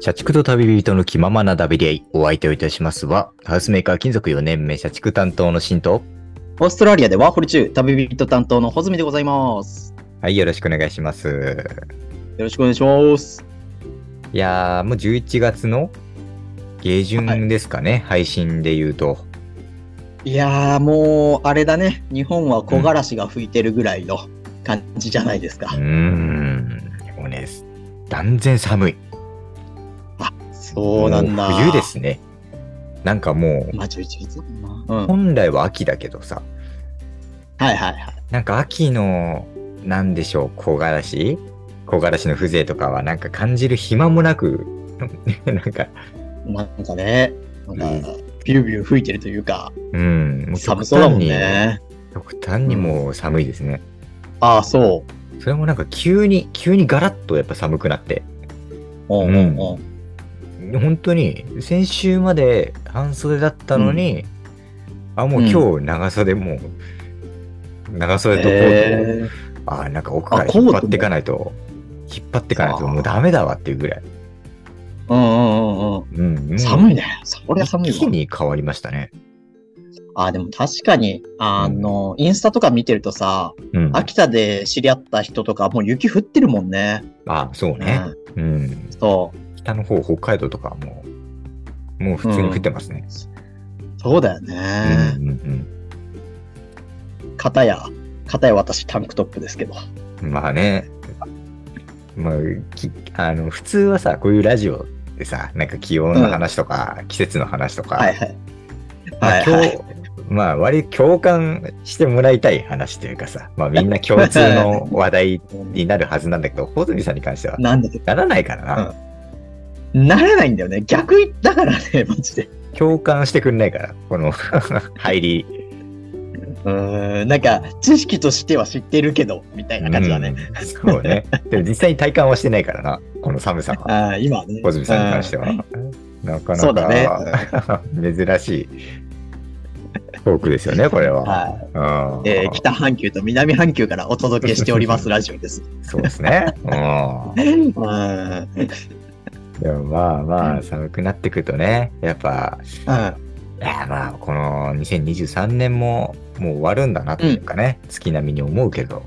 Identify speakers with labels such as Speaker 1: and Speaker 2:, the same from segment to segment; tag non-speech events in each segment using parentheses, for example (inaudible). Speaker 1: 社畜と旅人の気ままなダビリ合い、お相手をいたしますは、ハウスメーカー金属4年目社畜担当の新と、
Speaker 2: オーストラリアでワーホリ中、旅人担当のホズミでございます。
Speaker 1: はい、よろしくお願いします。
Speaker 2: よろしくお願いします。
Speaker 1: いやー、もう11月の下旬ですかね、配信で言うと。
Speaker 2: いやー、もう、あれだね。日本は木枯らしが吹いてるぐらいの感じじゃないです
Speaker 1: う
Speaker 2: か
Speaker 1: ー。ん、もうね、断然寒い。
Speaker 2: そうなんだ。
Speaker 1: もう冬で。すね。なんかもう、
Speaker 2: まあ、11月だもんな。うん。はい
Speaker 1: 本来は秋だけどさ、
Speaker 2: はいはい。
Speaker 1: なんか秋の、なんでしょう、木枯らし木枯らしの風情とかは、なんか感じる暇もなく、 (laughs) なんか、
Speaker 2: なんかね、なんか
Speaker 1: うん、
Speaker 2: ビュービュー吹いてるというか、
Speaker 1: うん、もう
Speaker 2: 寒そうだもん
Speaker 1: 極端に。
Speaker 2: ね。
Speaker 1: 極端にもう寒いですね。
Speaker 2: ああ、そ
Speaker 1: それもなんか急に、急にガラッとやっぱ寒くなって、
Speaker 2: う。うんうんうん。
Speaker 1: 本当に先週まで半袖だったのに、あ、もう今日長袖もう、長袖とコートを、
Speaker 2: えー
Speaker 1: あ、なんか奥から
Speaker 2: あコート
Speaker 1: 引
Speaker 2: も
Speaker 1: っ張っていかないと、引っ張っていかないと
Speaker 2: あー
Speaker 1: もうダメだわっていうぐらい。
Speaker 2: うんうんうんうん。
Speaker 1: うん、もう
Speaker 2: 寒いね。そりゃ寒い
Speaker 1: 一
Speaker 2: わ。
Speaker 1: 気に変わりましたね。
Speaker 2: あ、でも確かに、あの、インスタとか見てるとさ、
Speaker 1: うん。
Speaker 2: 秋田で知り合った人とか、もう雪降ってるもんね。
Speaker 1: あ、そうね。
Speaker 2: うん
Speaker 1: うん。
Speaker 2: そう。
Speaker 1: 北の方、北海道とかはもう、もう普通に降ってますね。
Speaker 2: そうだよ
Speaker 1: うん、
Speaker 2: ね。
Speaker 1: うん、うん。
Speaker 2: かたや、かたや私タンクトップですけど。
Speaker 1: まあね、まあ、きあの普通はさ、こういうラジオでさ、なんか気温の話とか、季節の話とか、
Speaker 2: はいはい。
Speaker 1: まあ、
Speaker 2: はい
Speaker 1: 今
Speaker 2: はい
Speaker 1: 日。まあ、割と共感してもらいたい話というかさ、まあ、みんな共通の話題になるはずなんだ
Speaker 2: (laughs)
Speaker 1: けど、穂積さんに関しては、
Speaker 2: なんだけど、
Speaker 1: ならないからな、
Speaker 2: ならないんだよね。逆いだからね、 (laughs) マジで。
Speaker 1: 共感してくんないから、この入り。
Speaker 2: うーん、なんか、知識としては知ってるけど、みたいな感じだね。
Speaker 1: うんそうね。でも実際に体感はしてないからな、この寒さは。
Speaker 2: ああ、今はね。
Speaker 1: 穂積さんに関して
Speaker 2: は。
Speaker 1: は。なかなか。
Speaker 2: そうだね。
Speaker 1: (laughs) 珍しいトークですよね、これ
Speaker 2: うん
Speaker 1: は。
Speaker 2: は
Speaker 1: うん
Speaker 2: い。えー北半球と南半球からお届けしております、ラジオです。
Speaker 1: そうですね。 (laughs) うん
Speaker 2: うん。
Speaker 1: でもまあま
Speaker 2: う
Speaker 1: あ、
Speaker 2: ん
Speaker 1: 寒くなってくるとね、やっぱ、
Speaker 2: うん
Speaker 1: いやまあ、この2023年ももう終わるんだなっていうかね、月並みに思うけど、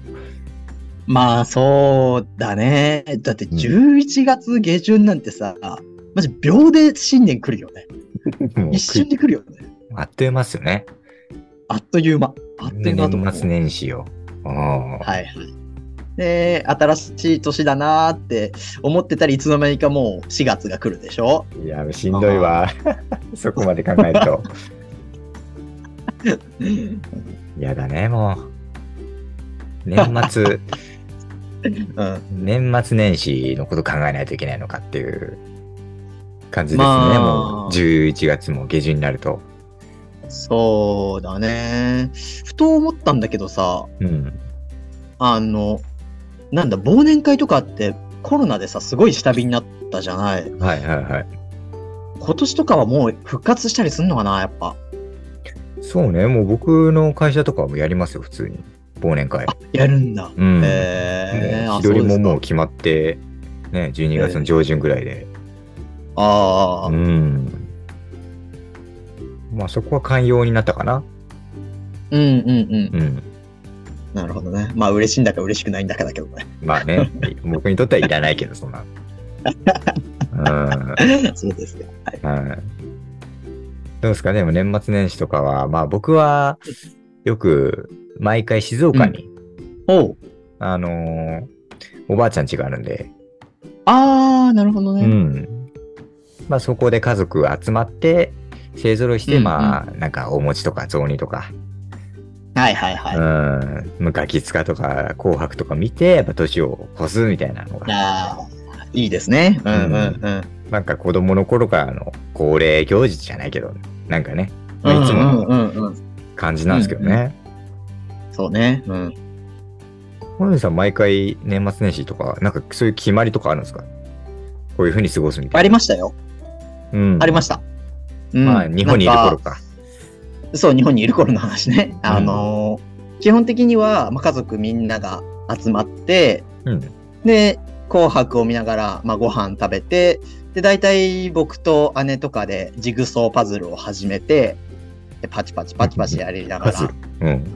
Speaker 2: まあそうだね。だって
Speaker 1: うん
Speaker 2: 11月下旬なんてさ、マジ秒で新年来るよね。
Speaker 1: もう
Speaker 2: 一瞬で来るよね。
Speaker 1: あっという間っすよね。
Speaker 2: あっという間。あっという間だと思う。
Speaker 1: 年末年始よ。うん
Speaker 2: はいはい。で、新しい年だなーって思ってたらいつの間にかもう4月が来るでしょ
Speaker 1: いや、しんどいわ。 (laughs) そこまで考える
Speaker 2: (laughs)
Speaker 1: と。
Speaker 2: うん。
Speaker 1: やだね、もう。年
Speaker 2: (laughs)
Speaker 1: 末。年末年始のこと考えないといけないのかっていう感じですね、
Speaker 2: まあ
Speaker 1: もう11月も下旬になると。
Speaker 2: そうだね。ふと思ったんだけどさ、
Speaker 1: うん、
Speaker 2: あの、なんだ、忘年会とかってコロナでさ、すごい下火になったじゃない。
Speaker 1: はいはいはい。
Speaker 2: 今年とかはもう復活したりすんのかな、やっぱ。
Speaker 1: そうね、もう僕の会社とかはもうやりますよ、普通に。忘年会。
Speaker 2: やるんだ。
Speaker 1: うん。
Speaker 2: えー、
Speaker 1: もう
Speaker 2: あ
Speaker 1: 日取りも
Speaker 2: そうですか
Speaker 1: もう決まって、ね、12月の上旬ぐらいで。
Speaker 2: ああ、
Speaker 1: うん。まあそこは寛容になったかな。
Speaker 2: うんうんうん。
Speaker 1: うん。
Speaker 2: なるほどね。まあ嬉しいんだか嬉しくないんだかだけどね。
Speaker 1: まあ (laughs) ね、僕にとってはいらないけど、そんな。うん。
Speaker 2: (laughs) そうですね。はい。
Speaker 1: はい。どうですかね、でも年末年始とかは、まあ僕はよく毎回静岡に、
Speaker 2: おう。
Speaker 1: あのーおばあちゃん家があるんで、
Speaker 2: ああ、なるほど
Speaker 1: う
Speaker 2: ね。
Speaker 1: ん。まあそこで家族集まって、勢ぞろいして、
Speaker 2: うんうん
Speaker 1: まあなんかお餅とか雑煮とか、
Speaker 2: はいはいはい。
Speaker 1: うん、ガキ使とか紅白とか見て、やっぱ年を越すみたいなのが、
Speaker 2: ああ、いいですね。うんうんうん。
Speaker 1: なんか子供の頃からの恒例行事じゃないけど、なんかね、まあいつも
Speaker 2: う
Speaker 1: の
Speaker 2: んうんうんうん。
Speaker 1: 感じなんですけどね。
Speaker 2: うんうんそうね。うん。
Speaker 1: 小野さん、毎回年末年始とか、なんかそういう決まりとかあるんですかこういうふうに過ごすみた
Speaker 2: あ
Speaker 1: い
Speaker 2: りましたよ。
Speaker 1: な。うん、
Speaker 2: ありました。うん
Speaker 1: まあ、日本にいる
Speaker 2: なん
Speaker 1: 頃
Speaker 2: か
Speaker 1: か。
Speaker 2: そう、日本にいる頃の話ね。
Speaker 1: うん
Speaker 2: あのー基本的には、まあ、家族みんなが集まって、
Speaker 1: うん。
Speaker 2: で、紅白を見ながら、まあ、ご飯食べて、で、大体僕と姉とかでジグソーパズルを始めて、でパチパチパチパチやりなが
Speaker 1: パズ
Speaker 2: ら
Speaker 1: ル。うん。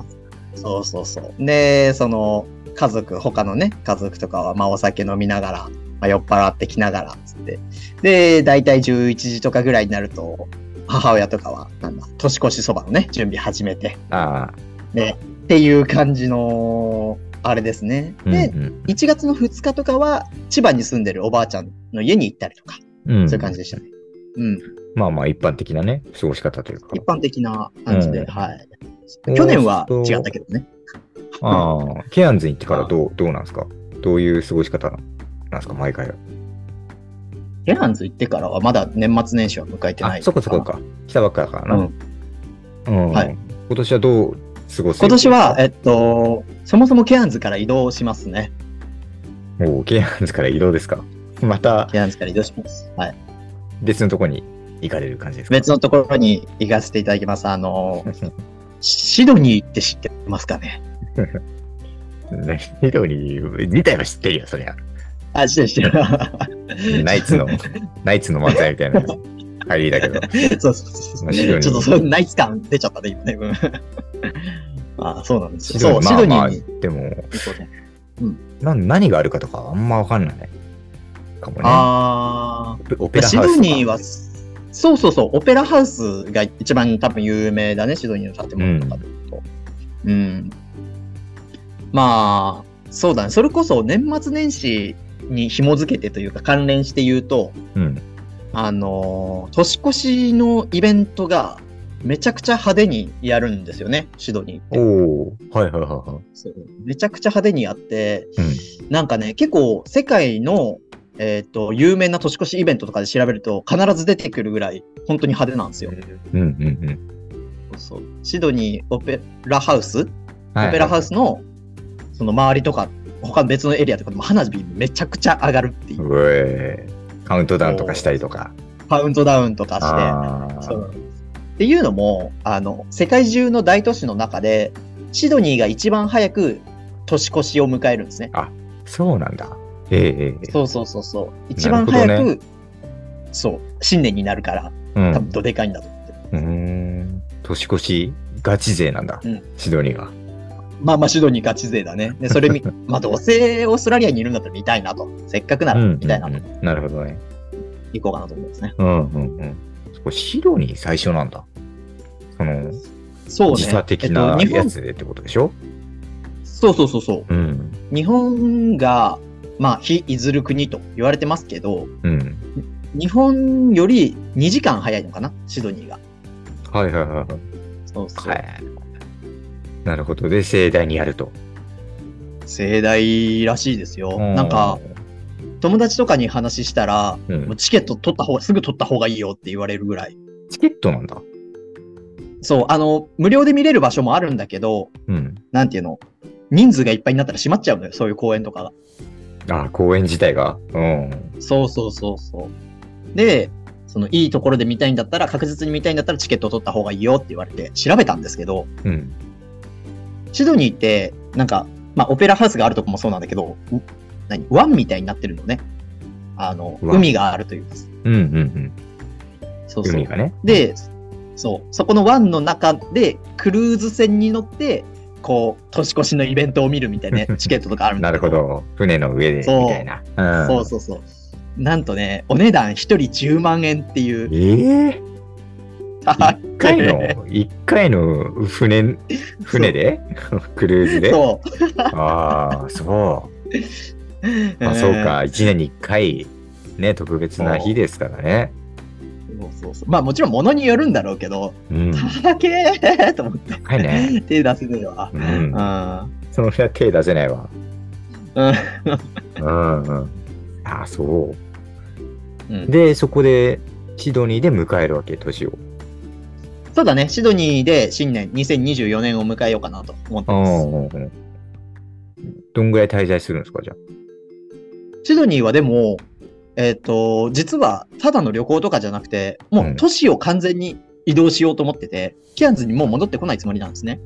Speaker 2: そうそうそう。で、その、家族、他のね、家族とかは、まあ、お酒飲みながら、まあ、酔っ払ってきながら、つって。で、大体11時とかぐらいになると、母親とかは、なんだ、年越しそばのね、準備始めて、
Speaker 1: ああ。
Speaker 2: っていう感じの、あれですね。
Speaker 1: うん
Speaker 2: で、1月の2日とかは、千葉に住んでるおばあちゃんの家に行ったりとか、
Speaker 1: うん。うん
Speaker 2: そういう感じでしたね。うん、
Speaker 1: まあまあ、一般的なね、過ごし方というか。
Speaker 2: 一般的な感じで、
Speaker 1: うん
Speaker 2: はい。
Speaker 1: うん
Speaker 2: 去年は違ったけどね。
Speaker 1: ああ、ケアンズに行ってからどうどうなんですかどういう過ごし方なんですか毎回は。
Speaker 2: ケアンズ行ってからはまだ年末年始は迎えてな
Speaker 1: あ、
Speaker 2: い。
Speaker 1: そこそこ。か。来たばっかだからな。
Speaker 2: う
Speaker 1: うんん。
Speaker 2: はい
Speaker 1: 今年はどう過ごす
Speaker 2: 今年は、、えっと、そもそもケアンズから移動しますね。
Speaker 1: もうケアンズから移動ですか (laughs) また
Speaker 2: ケアンズから移動します。はい。
Speaker 1: 別のとこに行かれる感じですか
Speaker 2: 別のところに行かせていただきます。あの、
Speaker 1: (laughs)
Speaker 2: シドニーって知ってますかね
Speaker 1: ね、緑自体は知ってるよ、そりゃ。
Speaker 2: あ、知ってる知ってる。
Speaker 1: ナイ
Speaker 2: (laughs)
Speaker 1: ツの、ナイツの漫才みたいなやつ。入りだけど。
Speaker 2: (laughs) そうそうそうそ
Speaker 1: まあ
Speaker 2: う。ち
Speaker 1: シ
Speaker 2: ょ
Speaker 1: ドニ
Speaker 2: っ
Speaker 1: ー
Speaker 2: とそのナイツ感出ちゃったね、今ね。うん (laughs) あ、そうなんですよ。そう、シ
Speaker 1: ま
Speaker 2: ド
Speaker 1: あ
Speaker 2: ニ
Speaker 1: まあ、
Speaker 2: ーに。
Speaker 1: でも
Speaker 2: そうね
Speaker 1: な、何があるかとかあんまわかんないかもね。
Speaker 2: あー。
Speaker 1: オペラ
Speaker 2: シ
Speaker 1: ハウスとか。
Speaker 2: ドニーは、そうそうそう、オペラハウスが一番多分有名だね、シドニーの建物とかで言うと。うん。まあ、そうだね。それこそ年末年始に紐づけてというか関連して言うと、
Speaker 1: うん。
Speaker 2: あのー年越しのイベントがめちゃくちゃ派手にやるんですよね、シドニーって。
Speaker 1: おおはいはいはいは
Speaker 2: そうめちゃくちゃ派手にやって、
Speaker 1: い。うん。
Speaker 2: なんかね、結構世界の、えっと有名な年越しイベントとかで調べると必ず出てくるぐらい本当に派手なんですよ。
Speaker 1: うんうんうん。
Speaker 2: そうシドニーオペラハウス、
Speaker 1: はい
Speaker 2: オペラハウスのその周りとか他の別のエリアとかでも花火めちゃくちゃ上がるっていう
Speaker 1: うえカウントダウンとかしたりとか。
Speaker 2: カウントダウンとかして。
Speaker 1: ああ。
Speaker 2: そうっていうのもあの世界中の大都市の中でシドニーが一番早く年越しを迎えるんですね。
Speaker 1: そうなんだ。ええええ。
Speaker 2: そうそうそうそう。一番早
Speaker 1: なる
Speaker 2: く、そう、新年になるから、
Speaker 1: う
Speaker 2: 多分
Speaker 1: ん。
Speaker 2: どでかいんだと思って。
Speaker 1: うーん。年越しガチ勢なんだ
Speaker 2: うん。
Speaker 1: シドニーが。
Speaker 2: まあまあ、シドニーガチ勢だね。で、それ
Speaker 1: (laughs)
Speaker 2: み、まあ、どうせオーストラリアにいるんだったら見たいなと。せっかくなら見たいなと。
Speaker 1: うんうんうんなるほどね。
Speaker 2: 行こうかなと思うんですね。
Speaker 1: うんうんうん。そこシドニー最初なんだ。その、
Speaker 2: そうね。
Speaker 1: 時差的
Speaker 2: えっ
Speaker 1: な
Speaker 2: と日本
Speaker 1: やつでってことでしょ、
Speaker 2: そうそうそうそ
Speaker 1: う
Speaker 2: う。
Speaker 1: ん。
Speaker 2: 日本が、まあ、非いずる国と言われてますけど、
Speaker 1: うん。
Speaker 2: 日本より2時間早いのかな、シドニーが。
Speaker 1: はいはいはい
Speaker 2: そうそう。
Speaker 1: はい。はい。なるほど。で、盛大にやると。
Speaker 2: 盛大らしいですよ。
Speaker 1: う
Speaker 2: なんか、、友達とかに話したら、
Speaker 1: うん
Speaker 2: もうチケット取った方が、すぐ取った方がいいよって言われるぐらい。
Speaker 1: チケットなんだ。
Speaker 2: そう、あの、無料で見れる場所もあるんだけど、
Speaker 1: うん。
Speaker 2: なんていうの、人数がいっぱいになったら閉まっちゃうのよ、そういう公園とかが。
Speaker 1: ああ、公演自体が。うん。
Speaker 2: そうそうそうそう。で、そのいいところで見たいんだったら、確実に見たいんだったらチケット取った方がいいよって言われて調べたんですけど、
Speaker 1: うん。
Speaker 2: シドニーって、なんか、まあ、オペラハウスがあるとこもそうなんだけど、う何湾みたいになってるのね。あの、
Speaker 1: 湾
Speaker 2: 海があるというか。
Speaker 1: うんうん
Speaker 2: そ
Speaker 1: うん。
Speaker 2: うそう
Speaker 1: 海。がね。
Speaker 2: で、そう、そこの湾の中で、クルーズ船に乗って、こう、年越しのイベントを見るみた
Speaker 1: (laughs)
Speaker 2: いなね、チケットとかあるんだ
Speaker 1: なる
Speaker 2: け
Speaker 1: ほど。船の上で、み
Speaker 2: そう
Speaker 1: たいな。うん。
Speaker 2: そうそうそう。なんとね、お値段1人10万円っていう。
Speaker 1: ええ
Speaker 2: 高い
Speaker 1: 一回
Speaker 2: (laughs)
Speaker 1: の、一回の船、船でクルーズで
Speaker 2: そう。
Speaker 1: ああ、そう。まあ、そうか。一年に一回、ね、特別な日ですからね。
Speaker 2: うん。そうそうそうまあもちろん物によるんだろうけど、 (laughs)
Speaker 1: うん。
Speaker 2: 高え (laughs) と思って
Speaker 1: 高いね。
Speaker 2: 手出せねえわ。
Speaker 1: う。
Speaker 2: うんん。
Speaker 1: その辺は手出せないわ。
Speaker 2: うん
Speaker 1: うんうん。ああ、そう。
Speaker 2: うん、
Speaker 1: で、そこで、シドニーで迎えるわけ、年を。
Speaker 2: そうだね、シドニーで新年2024年を迎えようかなと思って
Speaker 1: う
Speaker 2: ます。
Speaker 1: んうんうん。どんぐらい滞在するんですか、じゃ
Speaker 2: シドニーはでも、えっ、と、実はただの旅行とかじゃなくて、もう都市を完全に移動しようと思ってて、ケアンズにもう戻ってこないつもりなんですね。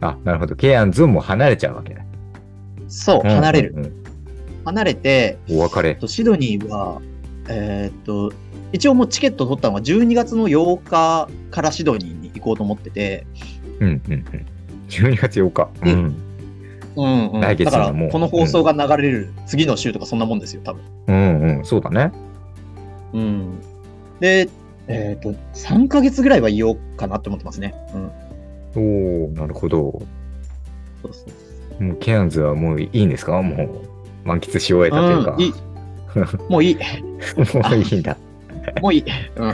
Speaker 1: あ。あ、なるほど。ケアンズをもう離れちゃうわけだ。
Speaker 2: そう、離れる。
Speaker 1: うんうんうん
Speaker 2: 離れて、
Speaker 1: お別れ。
Speaker 2: とシドニーは、えーっと、一応もうチケット取ったのが12月の8日からシドニーに行こうと思ってて、
Speaker 1: うんうんうん。12月8日。
Speaker 2: で
Speaker 1: うん。
Speaker 2: うんうん、
Speaker 1: 来月
Speaker 2: だ
Speaker 1: なの
Speaker 2: から
Speaker 1: もう
Speaker 2: この放送が流れる次の週とかそんなもんですよ、多分。
Speaker 1: うんうん。そうだね。
Speaker 2: うん、で、えーっと、3ヶ月ぐらいはいようかなって思ってますね。うん、
Speaker 1: おおなるほど。
Speaker 2: そうそう
Speaker 1: もうケアンズはもういいんですかもう満喫し終えたというか。
Speaker 2: うんいいもういい。
Speaker 1: (laughs) もういいんだ。
Speaker 2: もういい。うん、い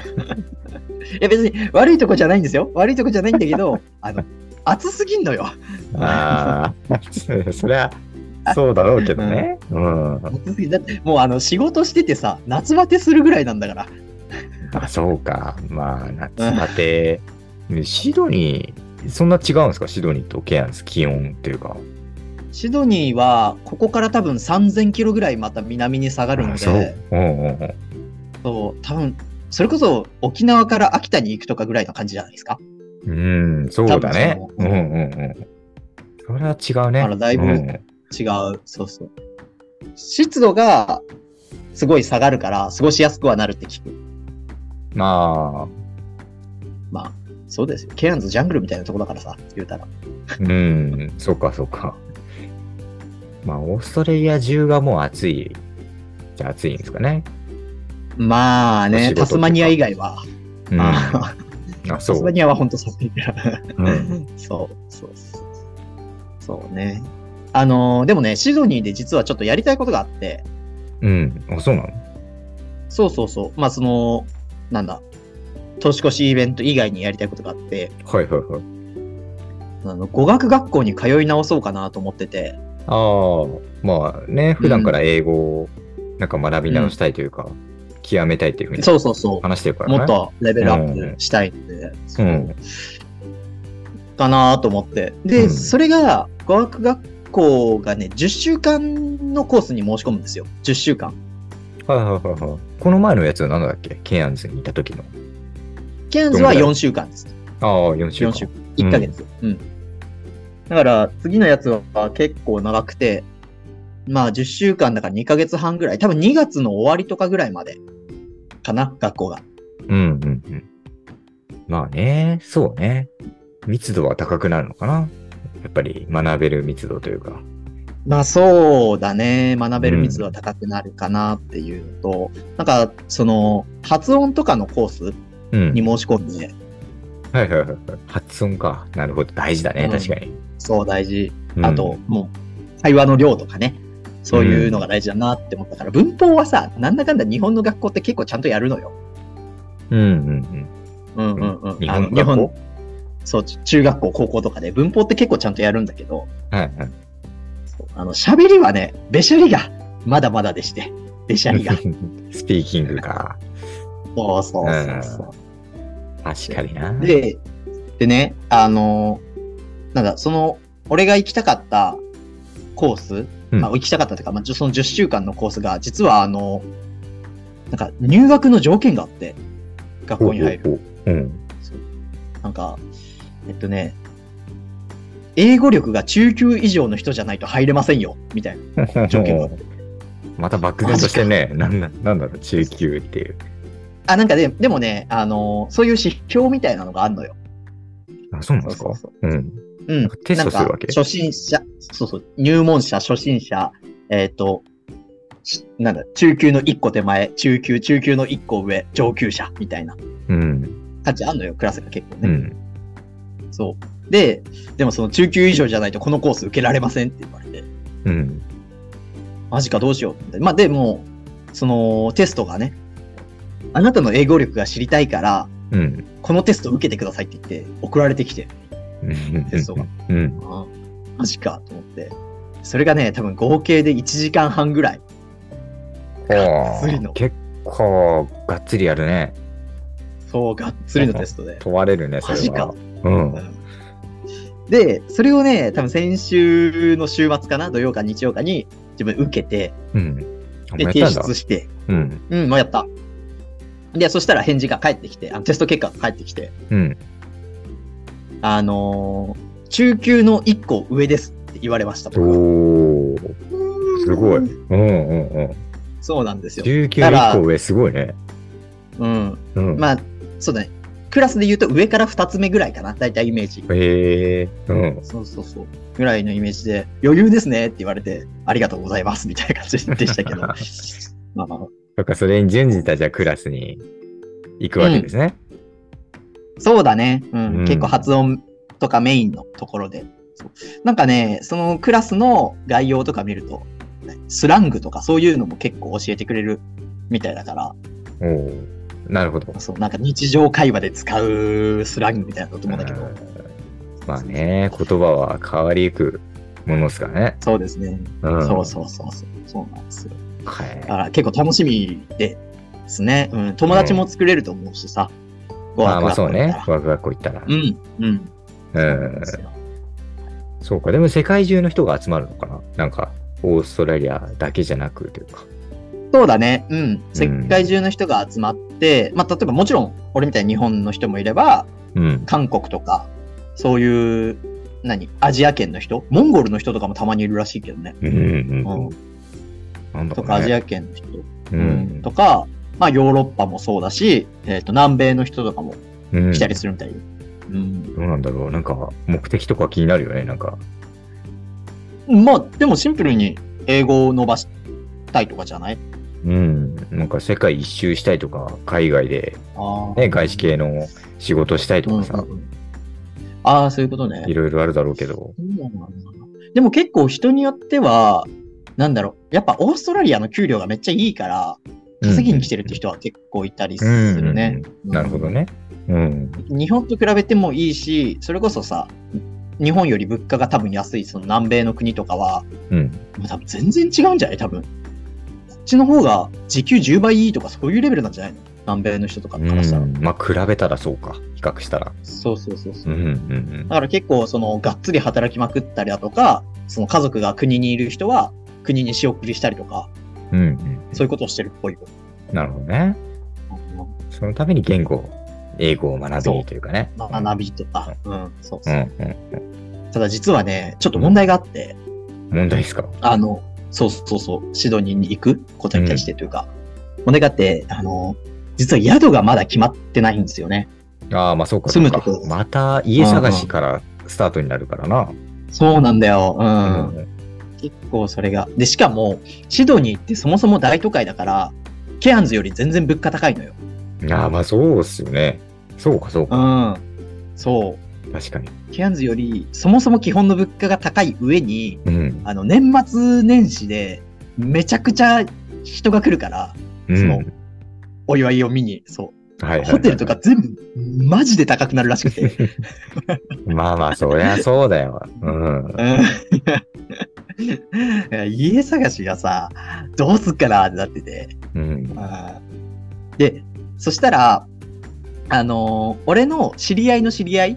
Speaker 2: (laughs) や別に悪いとこじゃないんですよ。悪いとこじゃないんだけ
Speaker 1: (laughs)
Speaker 2: ど、あの、暑すぎんのよ。
Speaker 1: ああ、 (laughs) そりゃそうだろうけどね。うん。
Speaker 2: 暑すぎだってもうあの仕事しててさ、夏バテするぐらいなんだから。
Speaker 1: あ、そうか。まあ、夏バテ。ねシドニー、そんな違うんですかシドニーとケアンズ、気温っていうか。
Speaker 2: シドニーは、ここから多分3000キロぐらいまた南に下がるの
Speaker 1: あ
Speaker 2: で、
Speaker 1: そ
Speaker 2: そうう。
Speaker 1: うんうんうん。
Speaker 2: 多分それこそ沖縄から秋田に行くとかぐらいの感じじゃないですか。
Speaker 1: うん、そうだね。
Speaker 2: 多分
Speaker 1: う
Speaker 2: そ
Speaker 1: んうん
Speaker 2: う
Speaker 1: うん。それは違うね。
Speaker 2: あらだいぶ
Speaker 1: うん
Speaker 2: 違う、そうそう。湿度がすごい下がるから、過ごしやすくはなるって聞く。
Speaker 1: ま
Speaker 2: まあ、そうですよ。ケアンズジャングルみたいなとこだからさ、言うたら。
Speaker 1: あ、うん、そうかそうか。まあ、オーストラリア中がもう暑い。じゃあ暑いんですかね。
Speaker 2: まあ
Speaker 1: お仕
Speaker 2: ね、
Speaker 1: 事とか
Speaker 2: タスマニア以外は。
Speaker 1: うん、
Speaker 2: (laughs)
Speaker 1: あ、
Speaker 2: あ
Speaker 1: そ
Speaker 2: タスマ
Speaker 1: う。
Speaker 2: ニアは本当 (laughs) 寒いから。
Speaker 1: うん、
Speaker 2: そう、そう、そう。そうね。あのーでもね、シドニーで実はちょっとやりたいことがあって、
Speaker 1: うん。あ、そうなの
Speaker 2: そうそうそう、まあその、なんだ、年越しイベント以外にやりたいことがあって、
Speaker 1: はいはいはい。
Speaker 2: あの語学学校に通い直そうかなと思ってて、
Speaker 1: ああ、まあね、普段から英語をなんか学び直したいというか、極めたいっていうふうに
Speaker 2: そうそうそう、
Speaker 1: 話してるからね。
Speaker 2: もっとレベルアップしたいんで、そう
Speaker 1: うん
Speaker 2: かなと思って。で、
Speaker 1: うん
Speaker 2: それが語学学校がね、10週間のコースに申し込むんですよ。10週間。
Speaker 1: はいはいはいはい。この前のやつは何だっけケアンズにいた時の。
Speaker 2: ケアンズは4週間です。
Speaker 1: ああ、4週
Speaker 2: 4
Speaker 1: 間。
Speaker 2: 週間。
Speaker 1: うん
Speaker 2: 1ヶ月。うん。だから、次のやつは結構長くて、まあ10週間だから2ヶ月半ぐらい。多分2月の終わりとかぐらいまで。かな学校が。
Speaker 1: うんうんうん。まあね、そうね。密度は高くなるのかなやっぱり学べる密度というか。
Speaker 2: まあそうだね。学べる密度は高くなるかなっていうのと、なんかその発音とかのコース
Speaker 1: うん。
Speaker 2: に申し込んで、
Speaker 1: はいはいはいはい。発音か。なるほど。大事だね、
Speaker 2: うん
Speaker 1: 確かに。
Speaker 2: そう大事。
Speaker 1: うん
Speaker 2: あと、、もう会話の量とかね。そういうのが大事だなって思ったから、文法はさ、なんだかんだ日本の学校って結構ちゃんとやるのよ。
Speaker 1: うんうん
Speaker 2: うんうん
Speaker 1: う。
Speaker 2: うんん。
Speaker 1: 日
Speaker 2: あ
Speaker 1: 本
Speaker 2: の
Speaker 1: の学校
Speaker 2: そう、中学校、高校とかで文法って結構ちゃんとやるんだけど、
Speaker 1: はいはい。
Speaker 2: そうあの、喋りはね、べしゃりが、まだまだでして、べし
Speaker 1: (laughs)
Speaker 2: ゃ (laughs) りが。そ
Speaker 1: スピーキングか。
Speaker 2: うそうそうそう。
Speaker 1: 確かにな。
Speaker 2: で、でね、あの、なんだ、その、俺が行きたかったコース、
Speaker 1: うん
Speaker 2: まあ、行きたかったというか、まあ、じゅその10週間のコースが、実は、あの、なんか、入学の条件があって、学校に入る。
Speaker 1: ほうほうほううん。
Speaker 2: なんか、えっとね、英語力が中級以上の人じゃないと入れませんよ、みたいな条件があって。
Speaker 1: (laughs) また漠然としてね、なんななんだろう、中級っていう。
Speaker 2: あ、なんかで、でもね、あの、そういう指標みたいなのがあるのよ。
Speaker 1: あ、そうなんですか
Speaker 2: そううそ
Speaker 1: う
Speaker 2: う
Speaker 1: ん。
Speaker 2: うん。
Speaker 1: テストするわけ
Speaker 2: なんか初心者、そうそう、入門者、初心者、えっ、と、しなんだ、中級の一個手前、中級、中級の一個上、上級者、みたいな
Speaker 1: うん。
Speaker 2: 感じあんのよ、クラスが結構
Speaker 1: う
Speaker 2: ね。
Speaker 1: ん。
Speaker 2: そう。で、でもその中級以上じゃないとこのコース受けられませんって言われて、
Speaker 1: うん。
Speaker 2: マジかどうしようって。まあでも、そのテストがね、あなたの英語力が知りたいから、
Speaker 1: うん。
Speaker 2: このテスト受けてくださいって言って送られてきて、
Speaker 1: うん
Speaker 2: テストが。
Speaker 1: うん。
Speaker 2: あマジかと思って。それがね、多分合計で1時間半ぐらい。がっつり
Speaker 1: あ
Speaker 2: の
Speaker 1: ー、結構、がっつりやるね。
Speaker 2: そう、がっつりのテストで。
Speaker 1: 問われるね、そ
Speaker 2: マジ
Speaker 1: れ
Speaker 2: か
Speaker 1: は。。うん。
Speaker 2: で、それをね、多分先週の週末かな、土曜か日曜かに自分受けて、
Speaker 1: うん。あ
Speaker 2: で、
Speaker 1: もう
Speaker 2: 提
Speaker 1: やったんだ
Speaker 2: 出。して、
Speaker 1: うん。
Speaker 2: うん、もうやった。で、そしたら返事が返ってきて、あのテスト結果が返ってきて、
Speaker 1: うん。
Speaker 2: あのー中級の1個上ですって言われました、僕は
Speaker 1: おー、すごい。うんうんうん。
Speaker 2: そうなんですよ。
Speaker 1: 19以降上すごいね。
Speaker 2: うん。
Speaker 1: うん。
Speaker 2: まあ、そうだね。クラスで言うと上から2つ目ぐらいかな。大体イメージ。
Speaker 1: へえうん。
Speaker 2: そうそうそう。ぐらいのイメージで、余裕ですねって言われて、ありがとうございますみたいな
Speaker 1: (laughs)
Speaker 2: 感じでしたけど。まあまあ、
Speaker 1: そっか、それに準じたじゃあクラスに行くわけですね。
Speaker 2: そうだね、うん。
Speaker 1: うん
Speaker 2: 結構発音とかメインのところで。そうなんかね、そのクラスの概要とか見ると、スラングとかそういうのも結構教えてくれるみたいだから、
Speaker 1: おおうなるほど。
Speaker 2: そう、なんか日常会話で使うスラングみたいなのだと思うんだけ
Speaker 1: う
Speaker 2: ど
Speaker 1: ん、まあね、言葉は変わりゆくものですからね。
Speaker 2: そうですね。
Speaker 1: うん。
Speaker 2: そうそうそうそう。そうなんですよ。だ
Speaker 1: は
Speaker 2: から結構楽しみですね。うん。友達も作れると思うしさ。
Speaker 1: い。
Speaker 2: ご
Speaker 1: まあまあ
Speaker 2: 飯食らった
Speaker 1: そ
Speaker 2: ら
Speaker 1: うね。ワクワク行ったら。
Speaker 2: うん、うん。
Speaker 1: う
Speaker 2: そうなん
Speaker 1: ん
Speaker 2: で。すよ
Speaker 1: そうか。でも世界中の人が集まるのかななんか、オーストラリアだけじゃなくというか。
Speaker 2: そうだね。うん。世界中の人が集まって、まあ、例えばもちろん、俺みたいに日本の人もいれば、
Speaker 1: うん。
Speaker 2: 韓国とか、そういう、何アジア圏の人モンゴルの人とかもたまにいるらしいけどね。
Speaker 1: うんうん
Speaker 2: う
Speaker 1: うんん。。なんだ
Speaker 2: と
Speaker 1: ろう
Speaker 2: か、
Speaker 1: ね。
Speaker 2: アジア圏の人、
Speaker 1: う
Speaker 2: うん
Speaker 1: ん
Speaker 2: と。か、まあ、ヨーロッパもそうだし、えっ、と、南米の人とかも
Speaker 1: うん
Speaker 2: 来たりするみたいよ。うん。
Speaker 1: どうなんだろうなんか、目的とか気になるよね。なんか。
Speaker 2: まあ、でもシンプルに英語を伸ばしたいとかじゃない
Speaker 1: うん。なんか世界一周したいとか、海外で、
Speaker 2: ああ。
Speaker 1: ね、外資系の仕事したいとか
Speaker 2: う
Speaker 1: さ
Speaker 2: ん、うんうんああ、そういうことね。
Speaker 1: いろいろあるだろうけど。
Speaker 2: そうなんだでも結構人によっては、なんだろう、やっぱオーストラリアの給料がめっちゃいいから、稼ぎに来てるって人は結構いたりするね。
Speaker 1: うん。なるほどね。うん。
Speaker 2: うん。日本と比べてもいいし、それこそさ、日本より物価が多分安い、その南米の国とかは、
Speaker 1: うん。
Speaker 2: もう多分全然違うんじゃない多分。こっちの方が時給10倍いいとかそういうレベルなんじゃないの南米の人とか
Speaker 1: う
Speaker 2: からしたら。
Speaker 1: ん。まあ、比べたらそうか。比較したら。
Speaker 2: そうそうそうそうう。
Speaker 1: んうんうん
Speaker 2: だ。から結構そのがっつり働きまくったりだとか、その家族が国にいる人は国に仕送りしたりとか、
Speaker 1: うんうん
Speaker 2: そういうことをしてるっぽいよ。
Speaker 1: なるほどね。そのために言語、英語を学
Speaker 2: そ
Speaker 1: び
Speaker 2: う
Speaker 1: にというかね。
Speaker 2: 学びとか。うん、そう
Speaker 1: う
Speaker 2: そ
Speaker 1: ん
Speaker 2: う。ただ実はね、ちょっと問題があって、
Speaker 1: うん。問題ですか
Speaker 2: あの、そうそうそう、シドニーに行くことに対してというか、問題があって、あの、実は宿がまだ決まってないんですよね。
Speaker 1: ああ、まあそうか。
Speaker 2: 住む
Speaker 1: そう
Speaker 2: とこ
Speaker 1: かまた家探しからスタートになるからな。
Speaker 2: そうなんだよ。う。
Speaker 1: うんん
Speaker 2: 結構それが。で、しかも、シドニーってそもそも大都会だから、ケアンズより全然物価高いのよ。
Speaker 1: ああ、まあそうっすよね。そうか、そう
Speaker 2: う
Speaker 1: か。
Speaker 2: ん。そう。
Speaker 1: 確かに。
Speaker 2: ケアンズよりそもそも基本の物価が高い上に、
Speaker 1: うん。
Speaker 2: あの年末年始でめちゃくちゃ人が来るから、
Speaker 1: うん
Speaker 2: そのお祝いを見に、そう。
Speaker 1: はいはいはい
Speaker 2: ホテルとか全部マジで高くなるらし
Speaker 1: (laughs)
Speaker 2: くて。
Speaker 1: まあまあ、そりゃそうだよ。うん。
Speaker 2: (laughs) うん家探しがさ、どうすっかなってなってて。
Speaker 1: うん。
Speaker 2: で、そしたら、あのー俺の知り合いの知り合い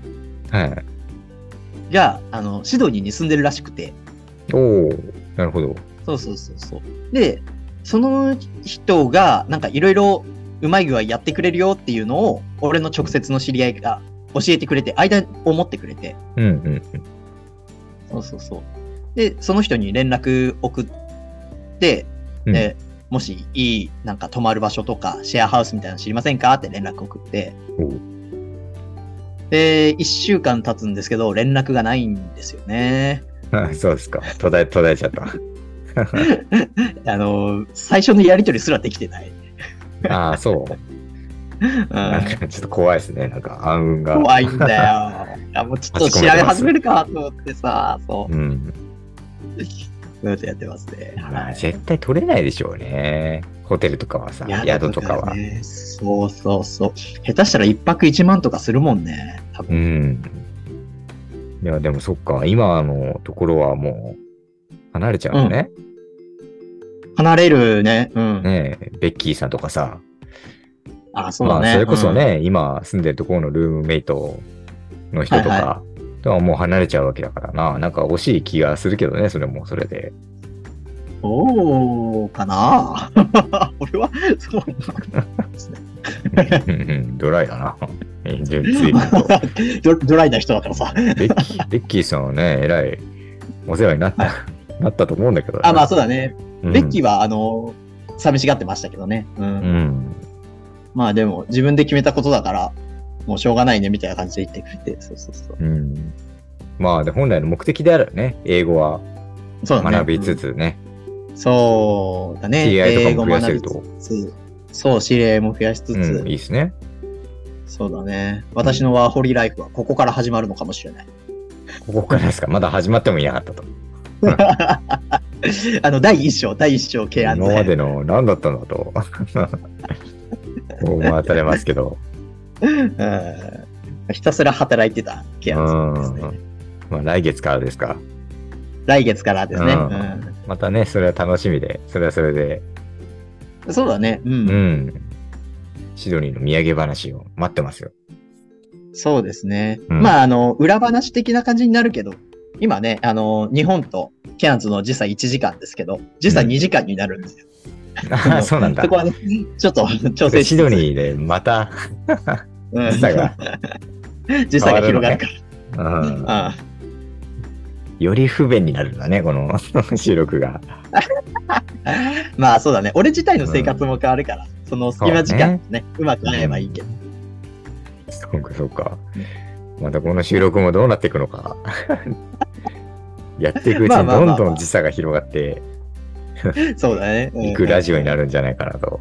Speaker 1: はい。
Speaker 2: が、あの、シドニーに住んでるらしくて。
Speaker 1: おおなるほど。
Speaker 2: そうそうそうそう。で、その人が、なんかいろいろうまい具合やってくれるよっていうのを、俺の直接の知り合いが教えてくれて、間を持ってくれて。
Speaker 1: うんうん。
Speaker 2: そうそうそう。で、その人に連絡送って、
Speaker 1: うん
Speaker 2: で、もしいい、なんか泊まる場所とか、シェアハウスみたいなの知りませんかって連絡送って
Speaker 1: おう。
Speaker 2: で、1週間経つんですけど、連絡がないんですよね。
Speaker 1: あそうですか。途絶え、途絶えちゃった。
Speaker 2: あの、最初のやりとりすらできてない。
Speaker 1: ああ、そう。
Speaker 2: うん
Speaker 1: なんかちょっと怖いですね。なんか暗雲が。
Speaker 2: 怖いんだ
Speaker 1: (laughs)
Speaker 2: よ。いやもうちょっと調べ始めるかと思ってさ、そう。
Speaker 1: うん。
Speaker 2: そうやってやってますね。
Speaker 1: ま
Speaker 2: は
Speaker 1: あ、
Speaker 2: い
Speaker 1: 絶対取れないでしょうね。ホテルとかはさ、宿とかは。
Speaker 2: ねそうそうそう。下手したら一泊一万とかするもんね。多
Speaker 1: う
Speaker 2: 分
Speaker 1: ん。いや、でもそっか、今のところはもう、離れちゃうのね。
Speaker 2: 離れるね。うん。
Speaker 1: ねえベッキーさんとかさ、
Speaker 2: あ、そうだね。
Speaker 1: まあ、それこそね、今住んでるところのルームメイトの人と
Speaker 2: はい
Speaker 1: か、とはもう離れちゃうわけだからな、なんか惜しい気がするけどね、それもそれ
Speaker 2: (laughs)
Speaker 1: で。
Speaker 2: うん。そうかな (laughs) 俺は、そう
Speaker 1: うんドライだな。随分
Speaker 2: (laughs)
Speaker 1: と。
Speaker 2: ドドライな人だからさ。
Speaker 1: ベッキー、ベッキーさんはね、え
Speaker 2: (laughs)
Speaker 1: らいお世話になった、なったと思うんだけどね、
Speaker 2: あ、まあそうだね。
Speaker 1: うん
Speaker 2: ベッキーは、あの、寂しがってましたけどね。うん。
Speaker 1: うん。
Speaker 2: まあでも、自分で決めたことだから、もうしょうがないね、みたいな感じで言ってくれて、そうそうそう。
Speaker 1: うん。まあ、で本来の目的であるね、英語は
Speaker 2: そうだね。
Speaker 1: 学びつつね。
Speaker 2: そうだね。
Speaker 1: 知り合いとかも
Speaker 2: 英語
Speaker 1: 増やせ
Speaker 2: 学
Speaker 1: る
Speaker 2: び
Speaker 1: と
Speaker 2: つつそう、知り合いも増やしつつ、
Speaker 1: うん、いいですね。
Speaker 2: そうだね。私のワーホリライフはここから始まるのかもしれない。 (laughs)
Speaker 1: ここからですか、まだ始まってもいなかったと。
Speaker 2: あの、第一章、第一章提案
Speaker 1: 今ま
Speaker 2: (laughs)
Speaker 1: での何だったんだと思わされますけど、
Speaker 2: うんひたすら働いてたケアです
Speaker 1: う
Speaker 2: ね。
Speaker 1: まあ、来月からですか
Speaker 2: 来月からですね、
Speaker 1: うん
Speaker 2: う
Speaker 1: またねそれは楽しみでそれはそれで
Speaker 2: んそうだね、うん。
Speaker 1: うんシドニーの土産話を待って
Speaker 2: (laughs)
Speaker 1: ますよ
Speaker 2: そうですね。
Speaker 1: うん
Speaker 2: まあ、あの、裏話的な感じになるけど、今ね、あの、日本とケアンズの時差1時間ですけど、時差
Speaker 1: うん
Speaker 2: 2時間になるんですよ。
Speaker 1: あ (laughs) そうなんだ
Speaker 2: そこはね、ちょっと調整し
Speaker 1: シドニーでまた、
Speaker 2: ー
Speaker 1: 時差が、
Speaker 2: (laughs) 時差が広がるか
Speaker 1: うん、
Speaker 2: ら。
Speaker 1: より不便になるんだねこの (laughs) 収録が
Speaker 2: うんまあ、そうだね。俺自体の生活も変わるから、その隙間時間ねうまく合えばいいけど。
Speaker 1: そうかそうかまたこの収録もどうなっていくの
Speaker 2: (laughs)
Speaker 1: かやっていくうち
Speaker 2: まあ
Speaker 1: に
Speaker 2: まあ
Speaker 1: ど
Speaker 2: まあ
Speaker 1: んどん時差が広がって
Speaker 2: そうだね。
Speaker 1: いくラジオに
Speaker 2: る
Speaker 1: なるんじゃないかなと。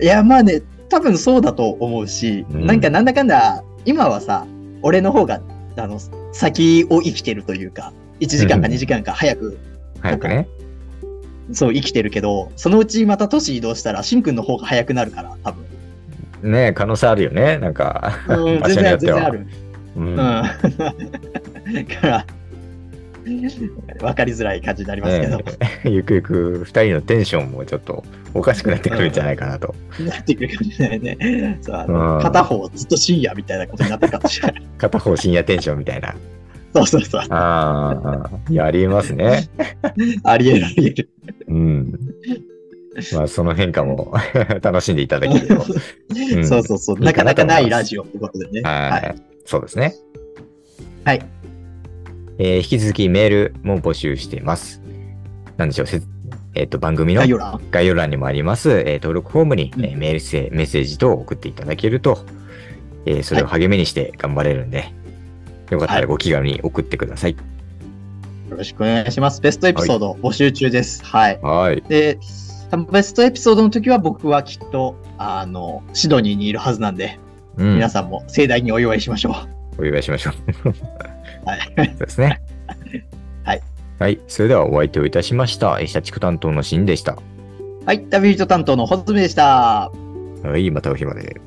Speaker 2: いやまあね多分そうだと思うし、
Speaker 1: うん
Speaker 2: なんかなんだかんだ今はさ俺の方があの先を生きてるというか1時間か
Speaker 1: うん
Speaker 2: 2時間か早く、
Speaker 1: 早くね。
Speaker 2: そう生きてるけどそのうちまた都市移動したらしんくんの方が早くなるから多分、
Speaker 1: ねえ可能性あるよね。なんか、
Speaker 2: うん
Speaker 1: 場
Speaker 2: 全
Speaker 1: 所によ
Speaker 2: 然
Speaker 1: って
Speaker 2: 全然あ
Speaker 1: は。
Speaker 2: る、
Speaker 1: う
Speaker 2: うん
Speaker 1: ね
Speaker 2: ん、だ (laughs) から分かりづらい感じになりますけど、
Speaker 1: えゆくゆく2人のテンションもちょっとおかしくなってくるんじゃないかなと。
Speaker 2: なってくるかもしれないねそうあの
Speaker 1: うん
Speaker 2: 片方ずっと深夜みたいなことになってるかもしれない
Speaker 1: 片方深夜テンションみたいな。
Speaker 2: そうそうそう
Speaker 1: ああ、いやありえますね。
Speaker 2: ありえるありえる
Speaker 1: うん。まあ、その変化も (laughs) 楽しんでいただける
Speaker 2: (laughs)
Speaker 1: と。ん
Speaker 2: そうそうそう。
Speaker 1: いい
Speaker 2: な
Speaker 1: か
Speaker 2: か
Speaker 1: な
Speaker 2: な
Speaker 1: と思
Speaker 2: か
Speaker 1: います
Speaker 2: ないラジオってことでね。
Speaker 1: はい、
Speaker 2: はい。
Speaker 1: そうですね。
Speaker 2: はい。
Speaker 1: えー引き続きメールも募集しています。なんでしょう、せえっ、と、番組の
Speaker 2: 概要欄。
Speaker 1: 概要欄にもあります、えー登録フォームに、
Speaker 2: うん
Speaker 1: えーメールせメッセージ等を送っていただけると、えーそれを励みにして頑張れるんで、よかった
Speaker 2: は
Speaker 1: ら
Speaker 2: い
Speaker 1: ご気軽に送ってください。
Speaker 2: よろしくお願いします。ベストエピソード募集中です。はい。
Speaker 1: はい。
Speaker 2: で、多分ベストエピソードの時は僕はきっと、あの、シドニーにいるはずなんで、
Speaker 1: うん。
Speaker 2: 皆さんも盛大にお祝いしましょう。
Speaker 1: お祝いしましょう。
Speaker 2: はい
Speaker 1: そうですね。
Speaker 2: はい。
Speaker 1: はい。それではお相手をいたしました。えー社畜担当のシンでした。
Speaker 2: はい。旅人担当のホズミでした。
Speaker 1: はい。またお暇で。